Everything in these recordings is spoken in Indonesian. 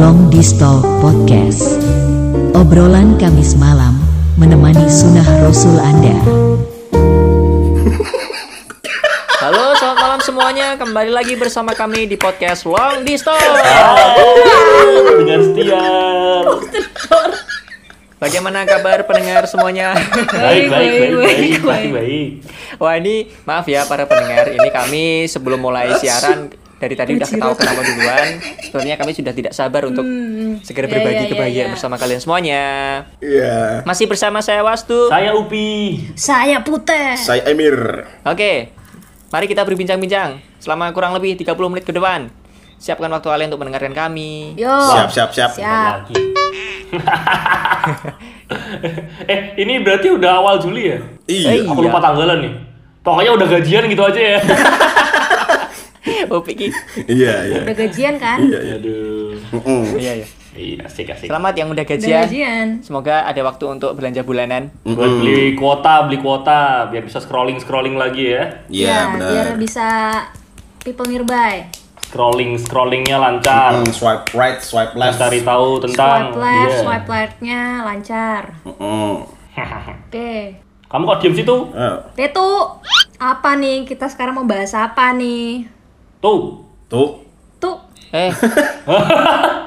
Long Distal Podcast. Obrolan Kamis malam menemani sunnah Rasul Anda. Halo, selamat malam semuanya. Kembali lagi bersama kami di podcast Long Distance. dengan Stian. Bagaimana kabar pendengar semuanya? Baik, baik, baik, baik, baik, baik, baik. Wah, ini maaf ya para pendengar. Ini kami sebelum mulai siaran dari tadi udah ketawa ketawa duluan. Sebenarnya kami sudah tidak sabar untuk segera ya, berbagi ya, ya, kebahagiaan ya. bersama kalian semuanya. Iya. Masih bersama saya Wastu. Saya Upi. Saya Putih. Saya Emir. Oke, mari kita berbincang-bincang selama kurang lebih 30 menit ke depan. Siapkan waktu kalian untuk mendengarkan kami. Yo. Siap, siap, siap. Siap. Lagi. eh, ini berarti udah awal Juli ya? Iya. Aku lupa tanggalan nih. Pokoknya udah gajian gitu aja ya. Oh, Piki. Iya, iya. Udah gajian kan? Iya, iya. Aduh. Mm-mm. Iya, iya. Iya, asik, asik. Selamat yang udah Udah gajian. gajian. Semoga ada waktu untuk belanja bulanan. Buat beli kuota, beli kuota biar bisa scrolling scrolling lagi ya. Iya, benar. Nah, biar bisa people nearby. Scrolling scrollingnya lancar. Mm, swipe right, swipe left. Cari tahu tentang. Swipe left, Iya. swipe left-nya lancar. Mm-mm. Oke. Kamu kok diem situ? Hmm, Eh, Betu, apa nih? Kita sekarang mau bahas apa nih? Tuh. Tuh. Tuh, Eh,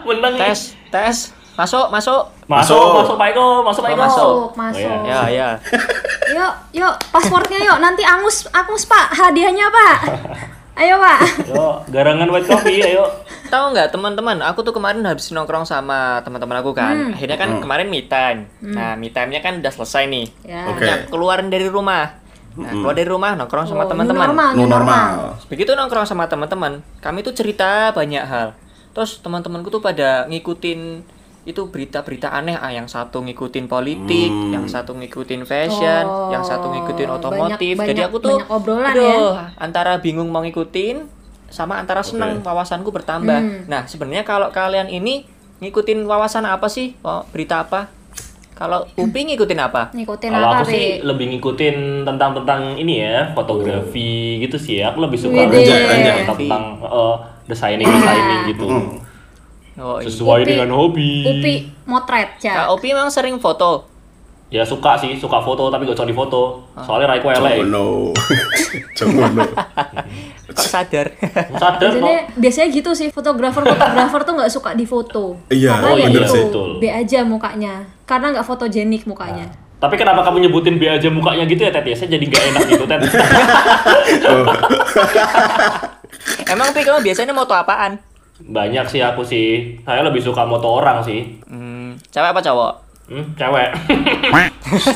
Menang. nih. tes, tes. Masuk, masuk. Masuk, Masuk. masuk Pak Eko, masuk Pak Eko. Masuk. masuk, masuk. Oh, Ya, ya. Yuk, yuk, passwordnya yuk. Nanti angus, angus pak, hadiahnya pak. Ayo pak. Yo, garangan white coffee ayo. Tahu nggak teman-teman, aku tuh kemarin habis nongkrong sama teman-teman aku kan. Akhirnya kan kemarin me time. Nah, me time-nya kan udah selesai nih. Ya. Oke. Nah, keluar dari rumah. Nah, keluar dari rumah nongkrong sama Oh, new teman-teman. normal, Nu new normal. normal. Begitu nongkrong sama teman-teman, kami tuh cerita banyak hal. Terus teman-temanku tuh pada ngikutin itu berita-berita aneh ah yang satu ngikutin politik, yang satu ngikutin fashion, Oh, yang satu ngikutin banyak- otomotif. Jadi banyak- aku tuh banyak obrolan aduh, ya. antara bingung mau ngikutin sama antara senang wawasanku bertambah. Hmm. Nah, sebenarnya kalau kalian ini ngikutin wawasan apa sih? Oh, berita apa? Kalau Upi ngikutin apa? Ngikutin Kalau apa, aku sih Be? lebih ngikutin tentang tentang ini ya, fotografi gitu sih. ya. Aku lebih suka Widih. belajar Anjay, tentang tentang eh, designing designing gitu. Oh, iya. Sesuai Upi. dengan hobi. Upi, motret, ya. Kak Upi memang sering foto. Ya suka sih, suka foto tapi gak usah di foto. Ah. Soalnya Raiko elek. Jomono. Jomono. Kok sadar? Sadar no. Biasanya, biasanya gitu sih fotografer fotografer tuh nggak suka difoto. Iya, Karena oh ya iya, itu betul. B aja mukanya. Karena nggak fotogenik mukanya. Tapi kenapa kamu nyebutin B aja mukanya gitu ya, Tet? Ya, saya jadi gak enak gitu, Tet. Emang Pi kamu biasanya moto apaan? Banyak sih aku sih. Saya lebih suka moto orang sih. Hmm, cewek apa cowok? Hmm, cewek.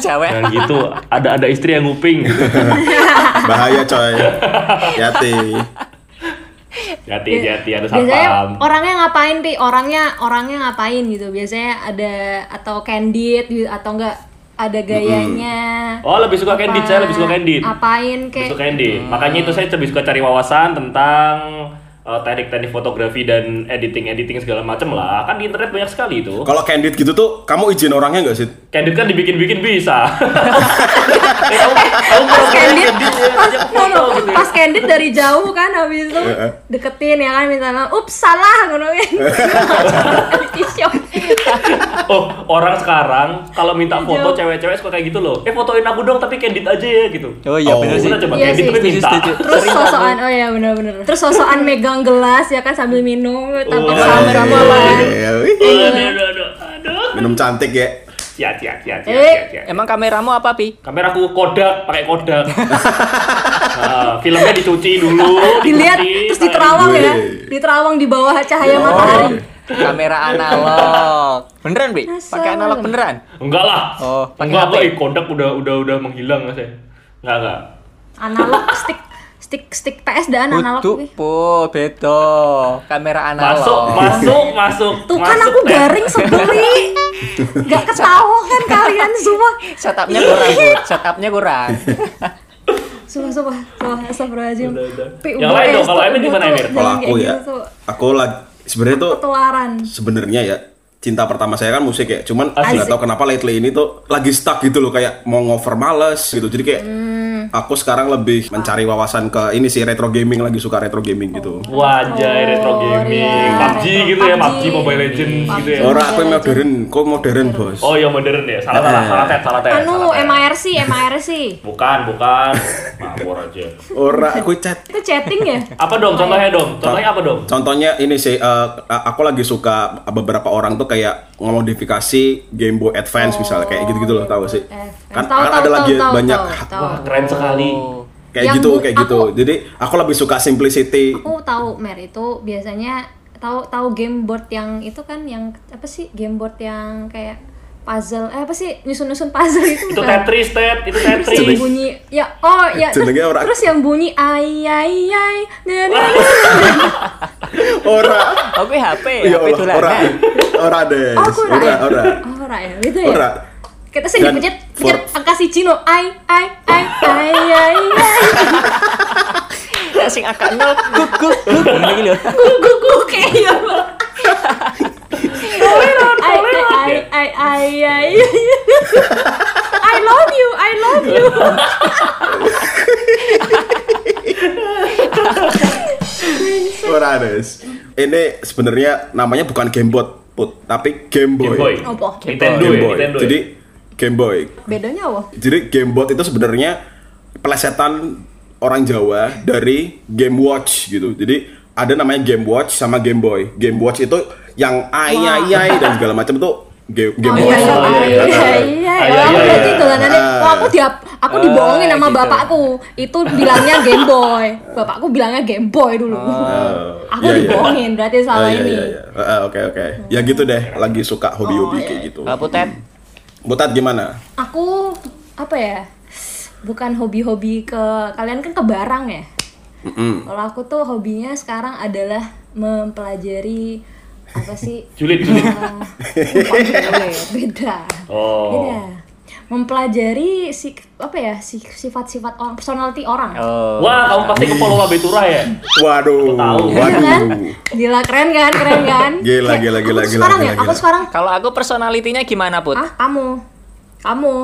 cewek. Jangan gitu. Ada ada istri yang nguping gitu. Bahaya, coy. Hati. Jati, jati, ada biasanya satpam. orangnya ngapain pi? Orangnya orangnya ngapain gitu? Biasanya ada atau candid gitu, atau enggak ada gayanya. Oh lebih suka candid, Apa- saya lebih suka candid. Apain Lebih kek? suka candid. Makanya itu saya lebih suka cari wawasan tentang eh, teknik-teknik fotografi dan editing-editing segala macam lah. Kan di internet banyak sekali itu. Kalau candid gitu tuh, kamu izin orangnya nggak sih? Candid kan dibikin-bikin bisa. eh, kamu, kamu Pas candid, ya, ajak foto gitu. pas candid dari jauh kan habis itu deketin ya kan misalnya, ups salah ngono kan. Di shock. Oh, orang sekarang kalau minta foto cewek-cewek suka kayak gitu loh. Eh fotoin aku dong tapi candid aja ya gitu. Oh iya Oh. bener sih. Gimana coba Iya candid sih. tapi Setuju, minta. setuju. Terus Sering sosokan, oh iya, ya benar-benar. Terus sosokan megang gelas ya kan sambil minum tampak Oh, sabar sama kan. Eh, Iya, wih. Aduh, aduh, aduh, aduh. Minum cantik ya. Cia, cia, cia, cia, Eh. cia, cia. Emang kameramu apa Pi? kamera aku kodak pakai kodak Nah, filmnya dicuci dulu Dilihat dicuci, terus pakai- diterawang ya. Wih. Diterawang di bawah cahaya matahari. Kamera analog. Beneran Pi? Masa Pakai analog lu? beneran? enggak lah Oh, pakai enggak HP. apa eh, kodak udah udah udah menghilang nggak saya enggak enggak Analog stick stick stick PS dan analog Utuh wih. po beto. Kamera analog. masuk masuk masuk Tuh kan masuk, aku Teh. garing sebeli. Gak ketawa kan kalian semua. Setupnya kurang, Bu. Setupnya kurang. Sumpah, sumpah, sumpah, astagfirullahaladzim Udah, udah. Pi, Yang udah, lain eh, dong, kalau stop, Emir gua gimana, tuh Emir? Kalau jangan aku kayak ya, gitu, tuh. aku lagi sebenarnya tuh Ketularan sebenarnya ya cinta pertama saya kan musik ya cuman Asik. nggak tahu kenapa lately ini tuh lagi stuck gitu loh kayak mau ngover males gitu jadi kayak Hmm. aku sekarang lebih mencari wawasan ke ini sih retro gaming lagi suka retro gaming gitu. Oh. Wajah retro gaming, iya. PUBG gitu ya, PUBG. PUBG Mobile Legends gitu ya. Orang aku yang modern, kok modern bos? Oh iya modern ya, salah salah salah tet salah tet. Anu Eh, salah tet. MIRC, MIRC. Bukan bukan, mabur aja. Orang aku chat. Itu chatting ya? Apa dong contohnya dong? Contohnya apa dong? Contohnya ini sih, eh, aku lagi suka beberapa orang tuh kayak ngemodifikasi Game Boy Advance misalnya kayak gitu-gitu loh tahu sih. Tahu, Kan, kan tahu, ada tahu, lagi tahu, banyak tahu, tahu. Wah keren sekali. Oh. kayak Yang gitu bu- kayak gitu. aku- Jadi aku lebih suka simplicity. Aku tahu Mer itu biasanya tahu tahu game board yang itu kan yang apa sih game board yang kayak puzzle eh apa sih nyusun-nyusun puzzle itu Itu bukan? Tetris tet, itu terus yang Tetris. bunyi ya oh ya terus, Jenenge ora- terus yang bunyi ay ay ay nah, nah, Ora, Aku HP, Eh, ya HP Allah, ora, dolanan. ora deh, oh aku ora, ora, oh ora ya gitu ya ora. kita sih Dan dipencet pencet for- angka si Cino ay ay ay ay ay ay Ya, Sing akak nol, guk guk guk. Ini lagi lho. gugu gugu kayak ya ay ay ay ay ay ay I love you, I love you. Ora Des. Ini sebenarnya namanya bukan Gamebot, Put, tapi Game Boy. Game Boy. Apa? Nintendo Game ya, Boy. Nintendo. ya. Jadi Game Boy. Bedanya apa? Jadi Gamebot itu sebenarnya pelesetan orang Jawa dari Game Watch gitu. Jadi ada namanya Game Watch sama Game Boy. Game Watch itu yang ai ai ai dan segala macam itu Game, game Oh iya, Boy. iya, Oh, iya, iya, iya, iya. Iya, Oh, iya, berarti iya. dolanannya, Ah. oh aku dia, aku dibohongin sama gitu. bapakku. Itu bilangnya Game Boy. Bapakku bilangnya Game Boy dulu. Aku Iya, iya. dibohongin berarti Oh, salah iya, ini. iya, iya. Eh, eh, Oke oke. Ya gitu deh. Lagi suka Oh, hobi-hobi iya, kayak gitu. Apa Tet? Butat gimana? Aku apa ya? Bukan hobi-hobi ke kalian kan ke barang ya. Mm-mm. Kalau aku tuh hobinya sekarang adalah mempelajari apa sih? Julid, julid. Eh, bukan julid, beda. Oh. Beda. Mempelajari si apa ya? si- sifat-sifat orang, personality orang. Oh. Wah, kamu pasti ke Pulau Wabe Turah ya? Waduh. Tahu. Keren kan? Waduh. Gila keren kan? Keren kan? Gila, Kayak gila, aku gila, tuh gila, Sekarang gila, ya, aku gila. sekarang Kalau aku personalitinya gimana, Put? ah kamu. Kamu.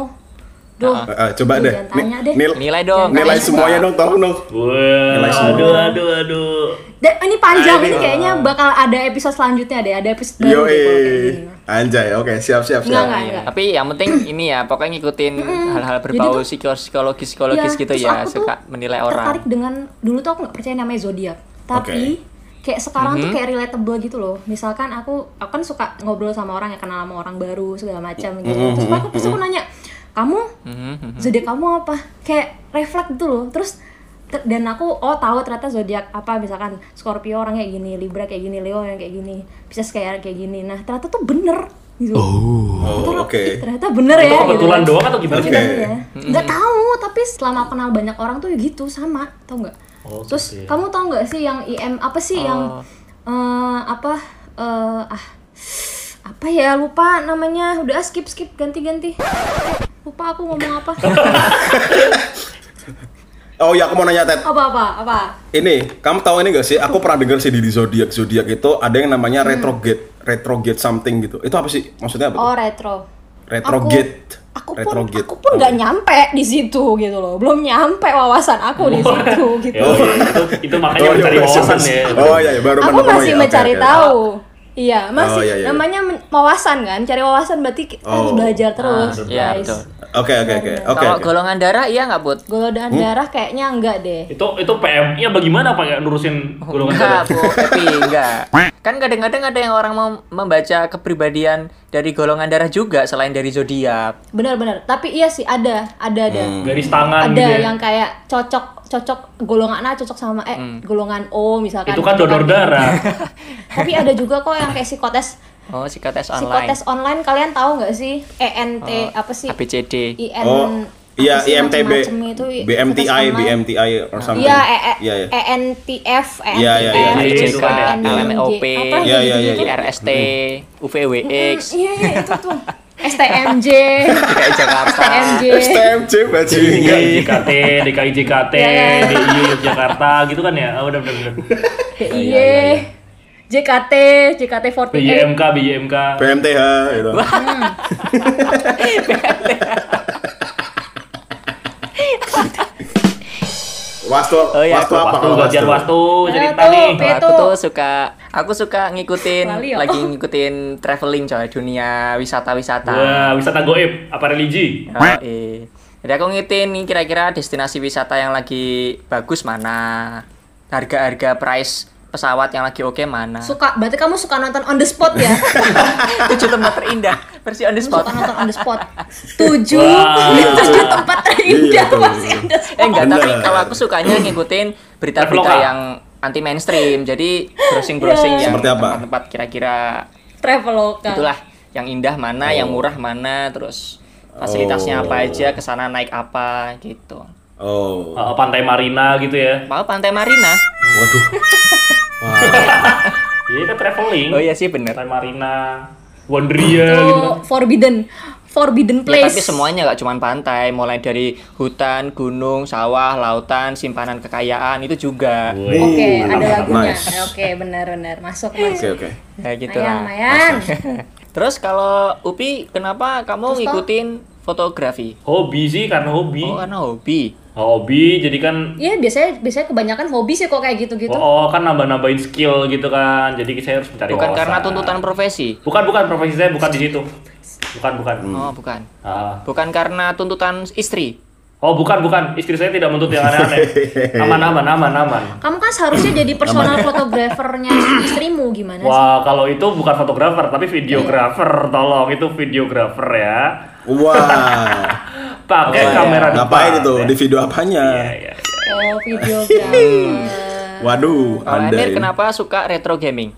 Duh. Eh, eh, coba Duh, deh. jangan tanya deh. Nil- Nilai dong. nilai semuanya dong, tolong dong. Wah, Nilai semua. aduh, aduh, aduh. Dan ini Ah, panjang iya. ini kayaknya bakal ada episode selanjutnya deh, ada episode baru Yo deh kalau kayak gini. Anjay. Oke, siap siap Enggak, siap. enggak, Iya, enggak. Tapi yang penting ini ya, pokoknya ngikutin hal-hal berbau psiko- psikologis psikologis gitu Iya, terus ya, aku tuh suka menilai orang. tertarik dengan dulu tuh aku nggak percaya namanya zodiak tapi kayak sekarang Mhm. tuh kayak relatable gitu loh misalkan aku aku kan suka ngobrol sama orang ya kenal sama orang baru segala macam gitu Mhm. terus aku terus aku nanya kamu Mhm, zodiak kamu apa kayak reflect gitu loh terus ter- dan aku oh tahu ternyata zodiak apa misalkan Scorpio orang kayak gini Libra kayak gini Leo yang kayak gini Pisces kayak kayak gini nah ternyata tuh bener gitu Oh, Ternyata- oke. ternyata bener ya Itu gitu kebetulan kan. doang atau gimana? Oke. Iya, iya. nggak tahu tapi setelah aku kenal banyak orang tuh gitu sama tau nggak Oh, terus gitu ya. kamu tau nggak sih yang im apa sih yang eh, apa eh, ah apa ya lupa namanya udah ah, skip skip ganti ganti lupa aku ngomong apa Oh ya, aku mau nanya Ted. apa apa apa Ini, kamu tahu ini gak sih? Aku pernah dengar sih di di zodiak zodiak itu ada yang namanya Hmm. retrograde, retrograde something gitu. Itu apa sih? Maksudnya apa? tuh? oh retro Retrograde. aku, aku pun Retrograde. aku pun nggak nyampe di situ gitu loh belum nyampe wawasan aku di situ gitu Ya, oke. itu, itu makanya mencari wawasan ya. Oh iya, iya, baru aku menemukan masih ya. Oke, mencari oke. tahu. Iya, masih iya, iya. namanya men- wawasan kan, cari wawasan berarti kita harus Oh. belajar terus, Ah, iya, guys. betul. Oke oke Iya, oke. Oke. Kalau oke. golongan darah iya nggak, Put? Golongan Hmm? darah kayaknya enggak deh. Itu itu PM-nya bagaimana Pak ya nurusin Oh, golongan darah? Enggak, Bu, tapi enggak. Kan kadang-kadang ada yang orang mau membaca kepribadian dari golongan darah juga selain dari zodiak. Benar-benar. Tapi iya sih ada, ada ada. Hmm. Garis tangan Ada gitu ya. yang kayak cocok cocok golongan A cocok sama eh golongan O misalkan. Hmm. Itu kan donor darah. Tapi ada juga kok yang kayak psikotes Oh, psikotes online. Oh, psikotes online kalian tahu nggak sih ENT Oh, apa sih? ABCD. IN Oh, apa iya sih IMTB, macem-macem itu, i- BMTI, psikotes online. BMTI or something. Iya, E- E- Iya, iya. ENTF, Iya, iya, E iya. ENTF, Iya, IJK, iya, iya. LMOP, Apa Iya, iya, iya, gitu-gitu. iya. RST, UVWX, Hmm, Iya, iya, itu tuh. STMJ, Iya, DKI Jakarta. STMJ. STMJ bajingan. DKI JKT, DKI JKT, Iya, iya, iya. DIY Yogyakarta gitu kan ya. Oh, udah udah udah. iya, DIY, JKT, JKT48. BYMK, BYMK. BMTH gitu. Hmm. Wastu, Oh, iya, wastu Wastu, apa? kalau gantian wastu? wastu, cerita tuh, nih. Kalau aku Itu. tuh suka aku suka ngikutin Lali, oh. lagi ngikutin traveling coy dunia wisata-wisata. Wah, Ya, wisata goib, apa religi? Ya. Yoi. Jadi aku ngitin nih kira-kira destinasi wisata yang lagi bagus mana, harga-harga price pesawat yang lagi oke mana. Suka, berarti kamu suka nonton on the spot ya? Tujuh tempat terindah versi on the Kamu spot. suka nonton on the spot. Tujuh, Wah. tujuh tempat Iya, terindah tuh. masih on the spot. Eh enggak, tapi Bener. kalau aku sukanya ngikutin berita-berita Traveloka. yang anti mainstream. Jadi Iya. browsing-browsing yang Seperti apa? tempat-tempat kira-kira Traveloka. itulah yang indah mana, yang murah mana, terus fasilitasnya apa aja, ke sana naik apa gitu. Oh, Eh, pantai Marina gitu ya. Mau pantai Marina? waduh. Wah, Iya, kan traveling. Oh iya sih bener. Pantai Marina, Wonderia gitu kan. Oh, forbidden, forbidden Ya, place. tapi semuanya nggak cuma pantai, mulai dari hutan, gunung, sawah, lautan, simpanan kekayaan itu juga. Oke, Wow, ada lagunya. Iya, nice. Oke, benar-benar masuk masuk. oke oke. Ya gitu Mayan, lah. Mayan. Terus kalau Upi, kenapa kamu ngikutin fotografi? Hobi sih, karena hobi. Oh, karena hobi. Hobi, jadi kan Iya, biasanya biasanya kebanyakan hobi sih kok kayak gitu-gitu. Oh, kan nambah-nambahin skill gitu kan. Jadi saya harus mencari Bukan wawasan. karena tuntutan profesi. Bukan, bukan profesi saya bukan di situ. Bukan, bukan. Oh, bukan. Ah. Bukan karena tuntutan istri. Oh, bukan, bukan. Istri saya tidak menuntut yang aneh-aneh. Aman, aman, aman, aman. Kamu kan seharusnya jadi personal fotografernya istrimu gimana sih? Wah, kalau itu bukan fotografer, tapi videografer. Iya. Tolong, itu videografer ya. Wah, Pakai Eh, kamera depan. ya? ngapain itu? ya. Di video apanya? Iya, iya. Oh, videografer. Waduh, Oh, Kalau anda Emir ini. kenapa suka retro gaming?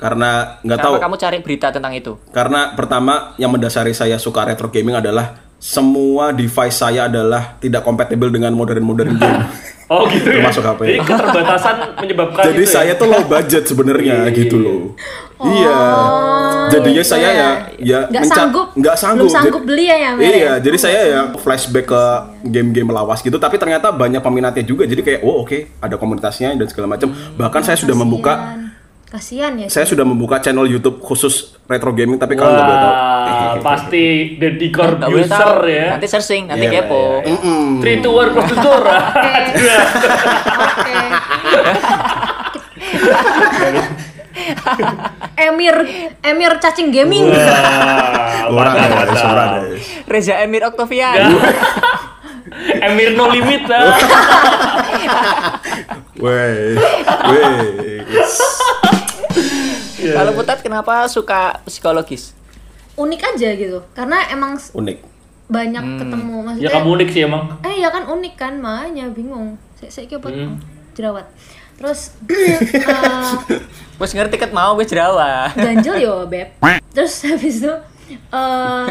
Karena nggak tahu. Kenapa kamu cari berita tentang itu? Karena pertama yang mendasari saya suka retro gaming adalah semua device saya adalah tidak kompatibel dengan modern modern game. Oh, gitu ya. Termasuk apa ya? Jadi keterbatasan menyebabkan Jadi itu ya. saya iya, tuh low budget sebenarnya gitu loh. Iya. Jadinya saya ya ya Oh, iya, Nggak menca- sanggup. nggak sanggup. Belum sanggup Jadi- beli ya, ya, Iya. Mer, Iya, ya? jadi saya ya flashback ke game-game lawas gitu tapi ternyata banyak peminatnya juga. Jadi kayak oh oke, ada komunitasnya dan segala macam. Hmm, Bahkan saya sudah membuka Kasihan ya. saya sih. sudah membuka channel YouTube khusus retro gaming tapi kalian nggak boleh tahu. Wah, pasti the decor Nggak boleh user tahu. ya. Nanti searching, nanti Iya, kepo. Three Hmm. to one procedure. Oke. Emir Emir cacing gaming. Wah, Orang mantap, ada, mantap. orang ada. Reza Emir Oktavian. Emir no limit lah. Weh, weh. Kalau Putat kenapa suka psikologis? Unik aja gitu. Karena emang s- Unik. banyak ketemu maksudnya. ya kamu unik sih emang. Eh ya kan unik kan makanya bingung. Saya saya kira Hmm. oh, jerawat. Terus eh, Wes ngerti ket mau wes jerawat. ganjel yo beb terus habis itu eh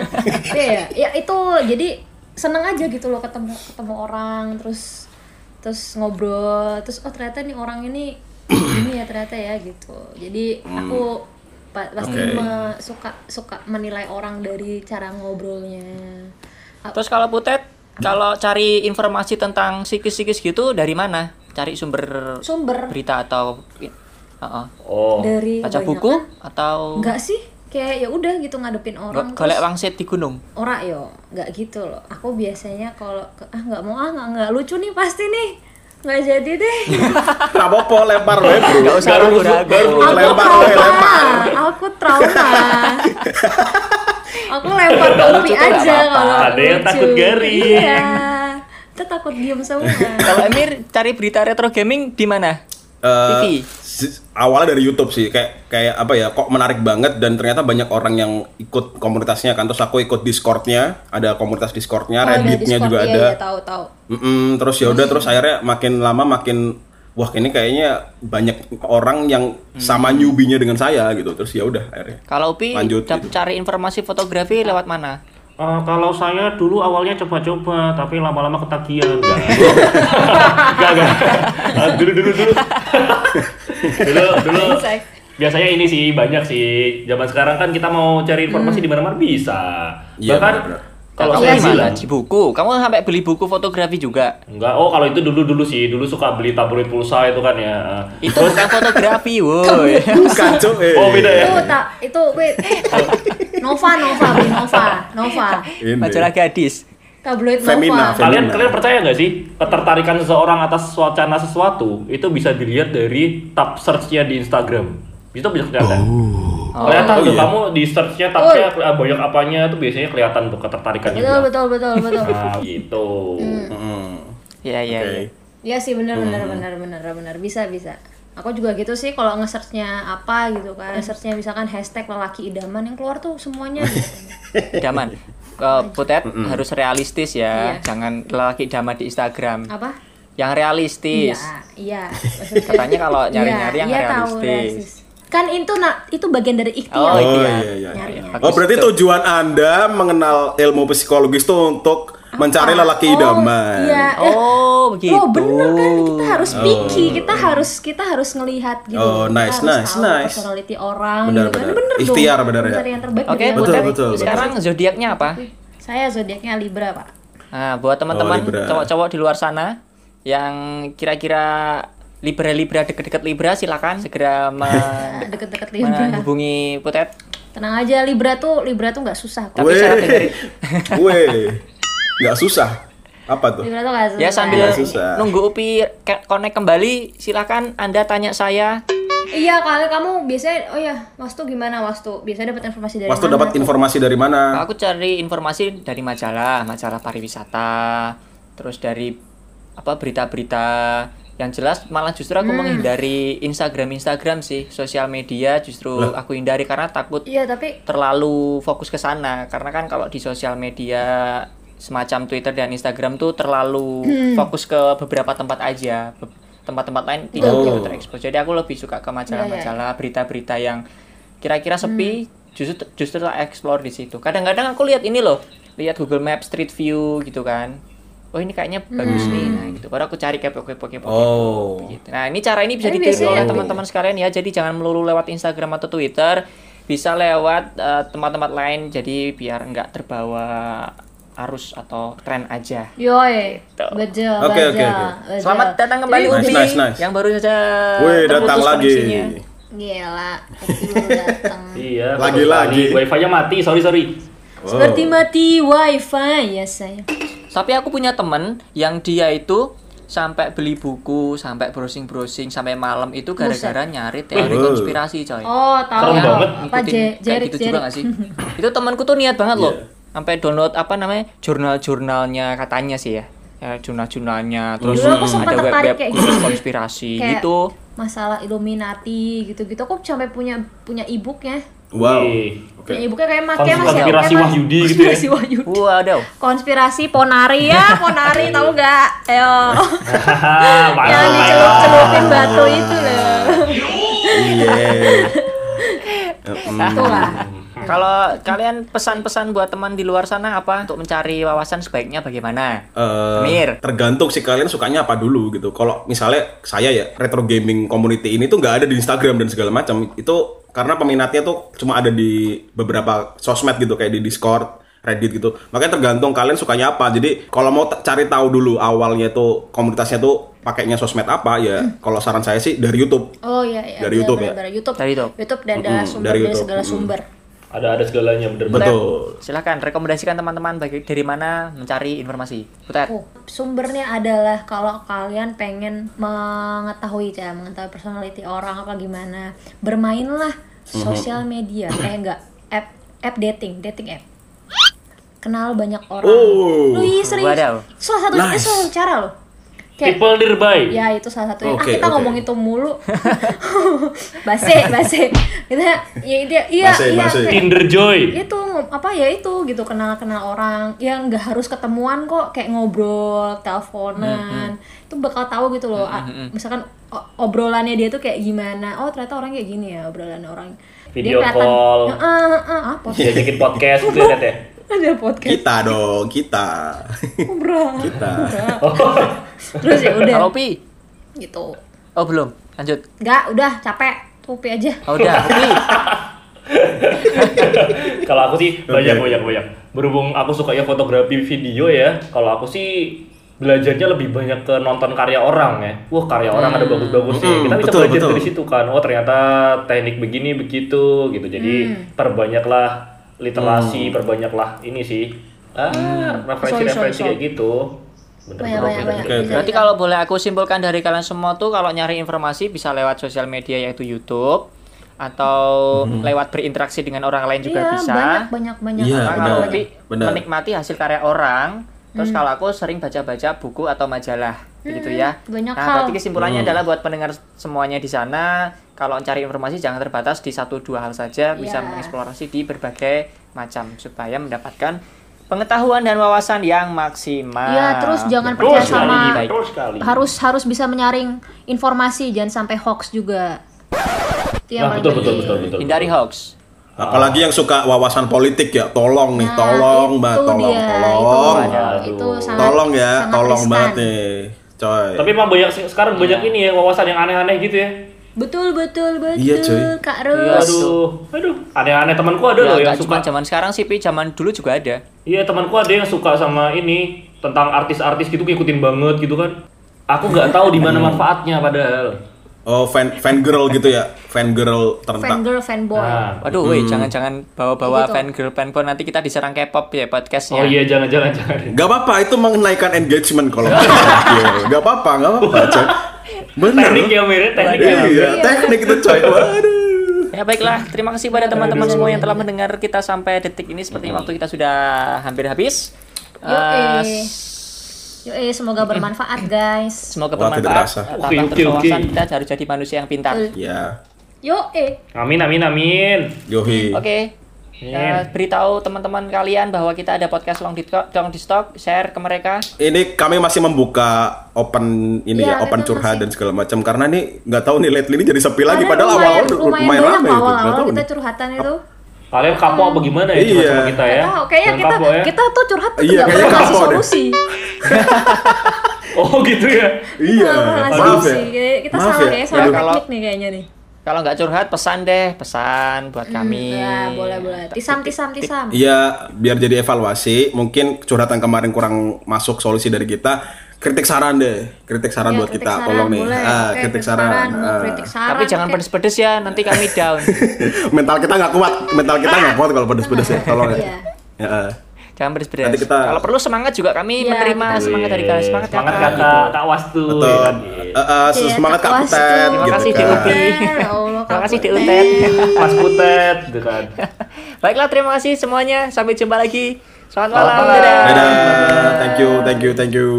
ya, ya ya itu jadi seneng aja gitu loh ketemu ketemu orang terus terus ngobrol terus oh ternyata nih orang ini ini ya ternyata ya gitu jadi aku pa- pasti Oke. me- suka suka menilai orang dari cara ngobrolnya Ap- Terus kalau Putet, kalau cari informasi tentang psikis-psikis gitu dari mana? Cari sumber sumber berita atau Heeh. Oh. dari baca banyak- buku atau enggak sih kayak ya udah gitu ngadepin orang go- golek terus- wangsit di gunung? ora yo nggak gitu loh aku biasanya kalau ke- ah nggak mau ah nggak nggak lucu nih pasti nih nggak jadi deh Nah, apa lempar wae, Bro. Eh, Enggak usah baru- ragu-ragu. baru- aku Lempar, woy, trauma lempar. aku trauma aku lempar Nggak lucu kopi tuh nggak aja apa-apa. kalau Ada yang lucu. takut garing. iya kita takut diem semua Kalau Emir cari berita retro gaming di mana? Eh, TV. si- awalnya dari YouTube sih kayak kayak apa ya kok menarik banget dan ternyata banyak orang yang ikut komunitasnya kan terus aku ikut Discordnya ada komunitas Discordnya Oh, ada Redditnya Discord, juga iya, ada iya, tahu Hmm. tahu Mm-mm, terus ya udah terus akhirnya makin lama makin wah ini kayaknya banyak orang yang sama Hmm. newbie-nya dengan saya gitu terus ya udah akhirnya Kalau Upi Lanjut, dap- gitu. cari informasi fotografi lewat mana? Eh, kalau saya dulu awalnya coba-coba, tapi lama-lama ketagihan. Enggak, enggak. enggak. Eh, dulu, dulu, dulu. dulu, dulu. Biasanya ini sih banyak sih. Zaman sekarang kan kita mau cari informasi di mana-mana bisa. Iya, Bahkan benar-benar. kalau kamu saya gimana? bilang, Di buku. Kamu sampai beli buku fotografi juga. enggak. Oh, kalau itu dulu-dulu sih. Dulu suka beli tabloid pulsa itu kan ya. Eh, Itu bukan fotografi, woi. bukan Cuk, eh. Oh, beda ya. itu tak itu gue Nova Nova beli Nova Nova Ini. Majalah gadis. tabloid Nova. Femina, Femina. Kalian kalian percaya nggak sih ketertarikan seseorang atas wacana sesuatu itu bisa dilihat dari tab search-nya di Instagram. Itu bisa kelihatan. Kelihatan Oh, tuh iya. kamu di search-nya Oh. tabnya keli- banyak apanya tuh biasanya kelihatan tuh ketertarikan Betul betul betul betul. Nah, gitu. Hmm. Iya iya. Oke. iya. Iya sih benar benar benar benar benar bisa bisa. Aku juga gitu sih kalau nge-searchnya apa gitu Iya. kan. Searchnya misalkan hashtag lelaki idaman yang keluar tuh semuanya. Iya. Daman. eh, Putet harus realistis ya, Iya. jangan lelaki dama di Instagram. apa? Yang realistis. Iya, iya. Katanya kalau nyari-nyari Iya, yang iya, tahu, realistis. Kan itu nak itu bagian Oh, dari ikhtiar. itu Oh ya. iya iya. Nyari. iya. Oh berarti tujuan anda mengenal ilmu psikologis tuh untuk mencari Oh, lelaki idaman. Iya. Eh, Oh, begitu. Oh bener kan kita harus picky, kita harus kita harus ngelihat gitu. Oh, Kita nice, harus nice, tahu nice. personality orang Benar, gitu kan. benar. Bener dong, Ikhtiar, benar ya. mencari yang terbaik Oke, dari yang Betul, Butet, terbaik. betul, betul. sekarang zodiaknya apa? Saya zodiaknya Libra, Pak. Nah, buat teman-teman Oh, Libra. cowok-cowok di luar sana yang kira-kira Libra-Libra deket-deket Libra silakan segera men- Deket-deket Libra. menghubungi Nah, Putet. Tenang aja Libra tuh Libra tuh nggak susah Tapi kok. Weh. syaratnya dari- Weh. nggak susah. Apa tuh? Libra tuh nggak Ya Iya, susah. sambil Nggak susah. nunggu Upi ke- connect kembali silakan Anda tanya saya. Iya, kalau kamu biasanya oh ya, Wastu gimana Wastu? Biasanya dapat informasi dari Pastu mana? dapat informasi dari mana? Aku cari informasi dari majalah, majalah pariwisata, terus dari apa berita-berita yang jelas malah justru aku menghindari Instagram Instagram sih sosial media justru aku hindari karena takut Iya, tapi terlalu fokus ke sana karena kan kalau di sosial media semacam Twitter dan Instagram tuh terlalu fokus ke beberapa tempat aja Be- tempat-tempat lain tidak Oh. begitu terekspos jadi aku lebih suka ke majalah-majalah berita-berita yang kira-kira sepi justru justru lah explore di situ kadang-kadang aku lihat ini loh lihat Google Maps Street View gitu kan oh ini kayaknya bagus nih nah gitu baru aku cari kepo-kepo kepo Oh. gitu. Nah, ini cara ini bisa Tapi ditiru biasanya- oleh teman-teman sekalian ya. Jadi jangan melulu lewat Instagram atau Twitter, bisa lewat eh, tempat-tempat lain jadi biar nggak terbawa arus atau tren aja. Yoi, betul, Oke, oke, betul, oke. betul. Selamat datang kembali Nice, Upi nice, nice. yang baru saja Weh datang terputus lagi. koneksinya. Gila, Upi baru datang. Iya. Lagi-lagi. Tadi Wifi-nya mati, sorry sorry. Seperti mati wifi ya saya. Tapi aku punya temen yang dia itu sampai beli buku, sampai browsing-browsing sampai malam itu gara-gara nyari teori Wow. konspirasi, coy. Oh, tahu Serem Iya. tahu. banget. Apa ngikutin Je- kayak jerit gitu juga jerit. gak sih? itu temanku tuh niat banget loh. Iya. Sampai download apa namanya? jurnal-jurnalnya katanya sih ya. Ya, jurnal-jurnalnya terus Dulu aku sempat ada tertarik web-web kayak khusus gitu. konspirasi Kayak gitu. Masalah Illuminati gitu-gitu aku sampai punya punya e-booknya. Wow. Iya. Oke. Punya e-booknya kayak ma- kayak masih Konspirasi oke, Mas. Wahyudi gitu ya. Konspirasi Wahyudi. Waduh. Konspirasi Ponari ya, Ponari tahu nggak? Ayo. Hahaha, Yang parah. dicelup-celupin batu itu loh. Iya. Hmm. Itu lah. Kalau kalian pesan-pesan buat teman di luar sana apa untuk mencari wawasan sebaiknya bagaimana? Eh, Amir. tergantung sih kalian sukanya apa dulu gitu. Kalau misalnya saya ya retro gaming community ini tuh nggak ada di Instagram dan segala macam. Itu karena peminatnya tuh cuma ada di beberapa sosmed gitu kayak di Discord, Reddit gitu. Makanya tergantung kalian sukanya apa. Jadi kalau mau t- cari tahu dulu awalnya tuh komunitasnya tuh pakainya sosmed apa ya. Hmm. Kalau saran saya sih dari YouTube. Oh iya iya. Dari YouTube ya? benar-benar YouTube. Dari YouTube. dan dari Mm-mm, sumber dari dari, YouTube, segala mm. sumber. Ada ada segalanya bener bener. Betul. Silahkan rekomendasikan teman-teman bagi dari mana mencari informasi. Butet. Oh, sumbernya adalah kalau kalian pengen mengetahui ya, mengetahui personality orang apa gimana, bermainlah sosial media. Eh enggak, app app dating, dating app. Kenal banyak orang. Oh. Lu iya, serius. Wadaw. Salah satu itu Nice. salah satu cara loh. Kayak People nearby. Ya itu salah satunya. ah Oke, kita oke. ngomong itu mulu. base, base. Kita ya dia iya Base, iya base. kayak- Tinder Joy. itu ngom- apa ya itu gitu kenal-kenal orang yang nggak harus ketemuan kok kayak ngobrol Hmm, teleponan itu bakal tahu gitu loh ah, misalkan o- obrolannya dia tuh kayak gimana oh ternyata orang kayak gini ya obrolan orang Video call. Heeh, heeh, ah, podcast Diajakin podcast gitu ya, Tet, ya. ada podcast Iya. Kita dong, kita. ngobrol kita. terus ya Kalau udah Upi? gitu Oh, belum. Lanjut. nggak udah capek topi aja Oh, udah, Upi. kalau aku sih banyak Oke. banyak banyak berhubung aku sukanya fotografi video ya kalau aku sih belajarnya lebih banyak ke nonton karya orang ya wah karya orang ada bagus-bagus sih Hmm, kita bisa betul, belajar betul. dari situ kan oh ternyata teknik begini Hmm. Hmm. begitu gitu jadi perbanyaklah literasi perbanyaklah ini sih ah referensi referensi Hmm. Sorry, sorry, kayak gitu bener Banyak, bro, banyak, bener juga. banyak. Oke, oke. Berarti kalau boleh aku simpulkan dari kalian semua tuh kalau nyari informasi bisa lewat sosial media yaitu YouTube atau Mm-hmm. lewat berinteraksi dengan orang lain juga Iya, bisa. banyak banyak banyak. Iya, Karena benar. kalau banyak. Opi benar. menikmati hasil karya orang, terus Hmm. kalau aku sering baca-baca buku atau majalah gitu ya. Hmm, banyak nah, hal. berarti kesimpulannya Hmm. adalah buat pendengar semuanya di sana, kalau cari informasi jangan terbatas di satu dua hal saja, bisa Iya. mengeksplorasi di berbagai macam supaya mendapatkan pengetahuan dan wawasan yang maksimal. Iya, terus jangan terus percaya sekali sama baik. terus sekali harus harus bisa menyaring informasi jangan sampai hoax juga. Itu yang nah, paling Iya, betul, betul, penting. betul, betul, Hindari hoax. Apalagi yang suka wawasan politik ya, tolong nih, Nah, tolong itu mbak, tolong, dia, tolong, itu, Waduh. itu sangat, tolong ya, sangat tolong riskan. banget nih, coy. Tapi emang banyak sih- sekarang banyak ini ya wawasan yang aneh-aneh gitu ya. Betul betul betul. Iya, cuy. Kak Ros. Iya, Aduh, aduh, aneh-aneh temanku ada loh Ya, yang gak cuma suka. zaman sekarang sih, Pi, zaman dulu juga ada. Iya temanku ada yang suka sama ini tentang artis-artis gitu ngikutin banget gitu kan. Aku nggak tahu di mana manfaatnya padahal. Oh fan fan girl gitu ya, fan girl ternak. Fangirl fanboy. Nah, Waduh, woi, jangan-jangan bawa-bawa Gitu. fan girl fanboy nanti kita diserang K-pop ya podcastnya. oh iya jangan-jangan jangan. Gak apa-apa, itu mengenaikan engagement kalau Iya, gak apa-apa, gak apa-apa, coy. Bener. Teknik ya mirip teknik ya. Iya, teknik itu coy. Waduh. Ya baiklah, terima kasih pada teman-teman semua yang telah mendengar kita sampai detik ini. Hmm. Sepertinya waktu kita sudah hampir habis. Eh, Yoi. Yoi, semoga bermanfaat guys. semoga Wah, tidak terasa. bermanfaat. Oke, Tambah oke, terwawasan oke. kita harus jadi manusia yang pintar. Oke, Betul. Ya, Yoi. Amin amin amin. Yohi. Iya. Eh, beritahu teman-teman kalian bahwa kita ada podcast long di, long di stock, share ke mereka. Ini kami masih membuka open ini Iya, ya, open kita curhat masih- dan segala macam karena nih nggak tahu nih lately ini jadi sepi lagi Karena padahal lumayan- awal-awal lumayan lumayan banyak rame gitu. Nggak awal-awal tahu kita nih. curhatan itu. Kalian kapok apa gimana ya cuma Iya. sama kita ya? Tahu, kayaknya Jangan kita kapok ya. kita tuh curhat tuh Iya, nggak kayaknya pernah ngasih kapok deh. solusi. Oh gitu ya. Iya, Nggak pernah ngasih maaf ya. solusi. Kayak Kita Maaf salah ya. kayaknya salah Ya, kalau- teknik nih kayaknya nih. Kalau nggak curhat, pesan deh, pesan buat kami. Ya, boleh boleh. Tisam tisam tisam. Iya, biar jadi evaluasi. Mungkin curhatan kemarin kurang masuk solusi dari kita. Kritik saran deh, kritik saran Iya, buat kritik kita, saran, tolong nih. boleh. Ah, Oke, kritik saran. mau Ah. kritik saran. Tapi jangan kayak- pedes-pedes ya, nanti kami down. mental kita nggak kuat, mental kita nggak kuat kalau pedes-pedes ya, tolong ya. Iya. Ya, ah. jangan beres-beres. Nanti kita- Kalau perlu semangat juga kami Iya, menerima kita- semangat dari kalian. Semangat, ya, ya, Semangat kakak. kakak, tak was tuh. Betul. Eh, eh, Iya, semangat Kak Kak Puas Putet tuh. Terima gitu kasih, kan. Dik Upi. Ya Allah, Terima kasih kapok. Dek Utet. Mas Iya. Putet gitu kan. Baiklah, terima kasih semuanya. Sampai jumpa lagi. Selamat Selamat malam. malam. Dadah. Dadah, thank you, thank you, thank you.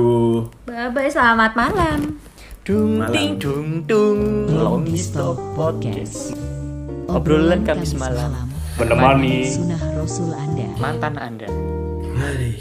Bye bye, selamat malam. Dung ding dung dung long Long Stop stop podcast. Podcast. Obrolan Kamis malam. Menemani. Sunah Rosul Anda. Mantan Anda.